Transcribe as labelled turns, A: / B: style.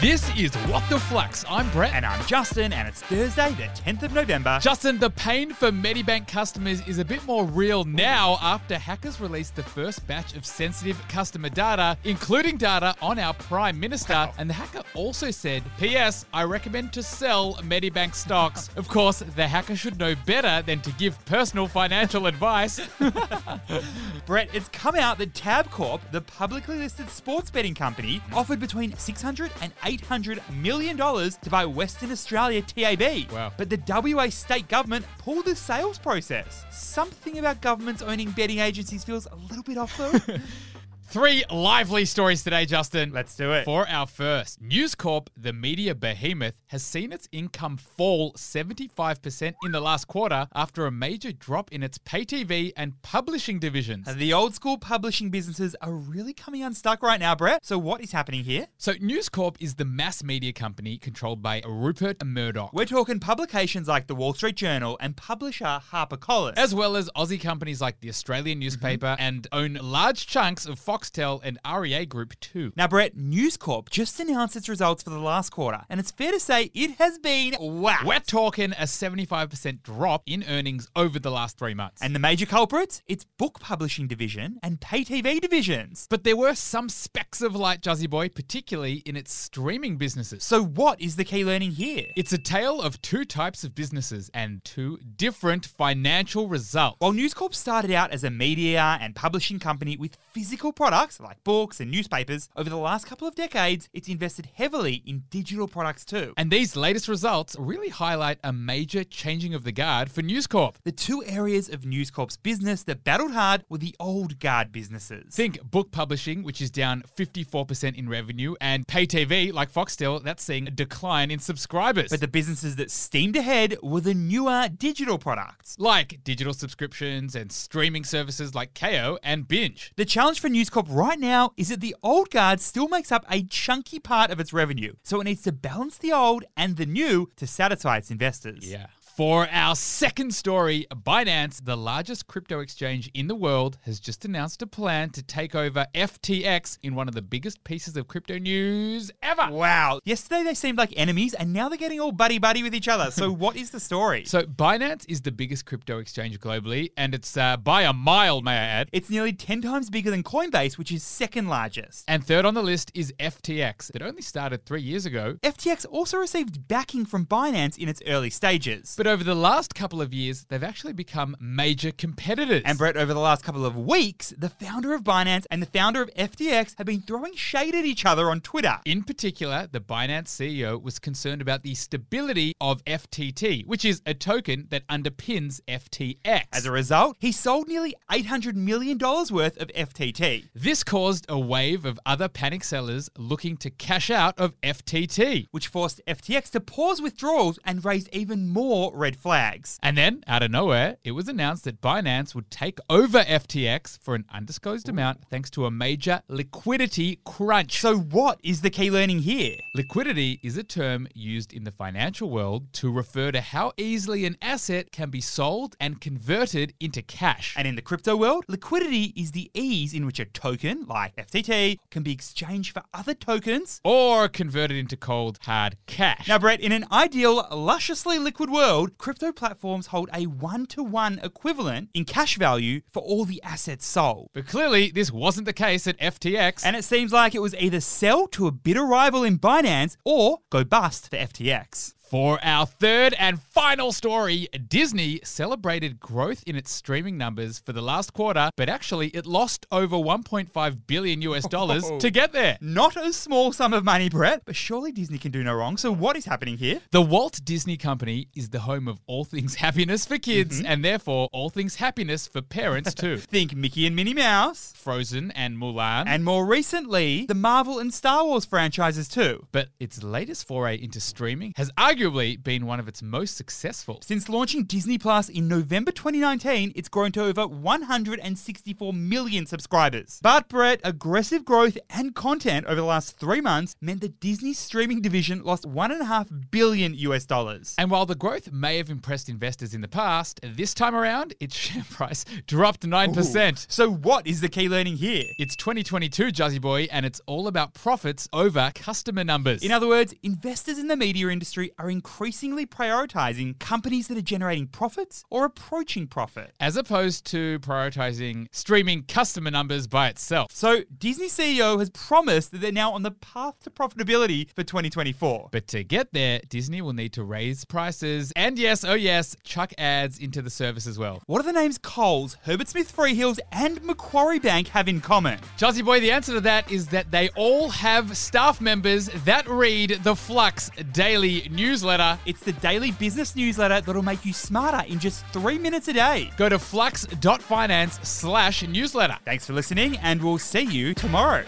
A: This is What the Flux. I'm Brett.
B: And I'm Justin, and it's Thursday, the 10th of November.
A: Justin, the pain for Medibank customers is a bit more real now after hackers released the first batch of sensitive customer data, including data on our Prime Minister.
B: Wow.
A: And the hacker also said, P.S. I recommend to sell Medibank stocks. of course, the hacker should know better than to give personal financial advice.
B: Brett, it's come out that Tabcorp, the publicly listed sports betting company, offered between 600 and 800 million dollars to buy Western Australia TAB.
A: Wow.
B: But the WA state government pulled the sales process. Something about governments owning betting agencies feels a little bit off though.
A: Three lively stories today, Justin.
B: Let's do it.
A: For our first, News Corp, the media behemoth, has seen its income fall 75% in the last quarter after a major drop in its pay TV and publishing divisions.
B: And the old school publishing businesses are really coming unstuck right now, Brett. So what is happening here?
A: So, News Corp is the mass media company controlled by Rupert Murdoch.
B: We're talking publications like the Wall Street Journal and publisher HarperCollins.
A: As well as Aussie companies like the Australian newspaper and own large chunks of Foxtel and REA Group too.
B: Now, Brett, News Corp just announced its results for the last quarter, and it's fair to say it has been whacked.
A: We're talking a 75% drop in earnings over the last three months.
B: And the major culprits? It's book publishing division and pay TV divisions.
A: But there were some specks of light, Juzzy Boy, particularly in its streaming businesses.
B: So, what is the key learning here?
A: It's a tale of two types of businesses and two different financial results.
B: While News Corp started out as a media and publishing company with physical products like books and newspapers, over the last couple of decades, it's invested heavily in digital products too.
A: And these latest results really highlight a major changing of the guard for News Corp.
B: The two areas of News Corp's business that battled hard were the old guard businesses.
A: Think book publishing, which is down 54% in revenue, and pay TV, like Foxtel, that's seeing a decline in subscribers.
B: But the businesses that steamed ahead were the newer digital products.
A: like digital subscriptions and streaming services like KO and Binge.
B: The challenge for News Corp right now is that the old guard still makes up a chunky part of its revenue, so it needs to balance the old and the new to satisfy its investors.
A: Yeah. For our second story, Binance, the largest crypto exchange in the world, has just announced a plan to take over FTX in one of the biggest pieces of crypto news ever.
B: Wow. Yesterday they seemed like enemies, and now they're getting all buddy buddy with each other. So what is the story?
A: So, Binance is the biggest crypto exchange globally, and it's uh, by a mile, may I add.
B: it's nearly ten times bigger than Coinbase, which is second largest.
A: And third on the list is FTX, that only started three years ago.
B: FTX also received backing from Binance in its early stages.
A: But over the last couple of years, they've actually become major competitors.
B: And Brett, over the last couple of weeks, the founder of Binance and the founder of FTX have been throwing shade at each other on Twitter.
A: In particular, the Binance CEO was concerned about the stability of FTT, which is a token that underpins FTX.
B: As a result, he sold nearly $800 million worth of FTT.
A: this caused a wave of other panic sellers looking to cash out of FTT.
B: Which forced FTX to pause withdrawals and raised even more red flags.
A: And then, out of nowhere, it was announced that Binance would take over FTX for an undisclosed amount thanks to a major liquidity crunch.
B: So, what is the key learning here?
A: Liquidity is a term used in the financial world to refer to how easily an asset can be sold and converted into cash.
B: And in the crypto world, liquidity is the ease in which a token, like FTT, can be exchanged for other tokens.
A: or converted into cold hard cash.
B: Now, Brett, in an ideal, lusciously liquid world, crypto platforms hold a one to one equivalent in cash value for all the assets sold.
A: but clearly, this wasn't the case at FTX.
B: And it seems like it was either sell to a bitter rival in Binance or go bust for FTX.
A: for our third and final story, Disney celebrated growth in its streaming numbers for the last quarter, but actually it lost over 1.5 billion US dollars to get there.
B: Not a small sum of money, Brett, but surely Disney can do no wrong. So what is happening here?
A: The Walt Disney Company is the home of all things happiness for kids
B: Mm-hmm.
A: and therefore all things happiness for parents too.
B: Think Mickey and Minnie Mouse,
A: Frozen and Mulan.
B: and more recently, the Marvel and Star Wars franchises too.
A: but its latest foray into streaming has arguably arguably been one of its most successful.
B: Since launching Disney Plus in November 2019, it's grown to over 164 million subscribers. But Brett, aggressive growth and content over the last three months meant the Disney streaming division lost one and a half billion US dollars.
A: And while the growth may have impressed investors in the past, this time around its share price dropped 9%.
B: So what is the key learning here?
A: It's 2022, Jazzy Boy, and it's all about profits over customer numbers.
B: In other words, investors in the media industry are increasingly prioritizing companies that are generating profits or approaching profit.
A: as opposed to prioritizing streaming customer numbers by itself.
B: So, Disney CEO has promised that they're now on the path to profitability for 2024.
A: But to get there, Disney will need to raise prices and, yes, oh yes, chuck ads into the service as well.
B: What are the names Coles, Herbert Smith Freehills, and Macquarie Bank have in common?
A: Chelsea Boy, the answer to that is that they all have staff members that read the Flux daily newsletter.
B: It's the daily business newsletter that'll make you smarter in just three minutes a day.
A: Go to flux.finance slash newsletter.
B: Thanks for listening, and we'll see you tomorrow.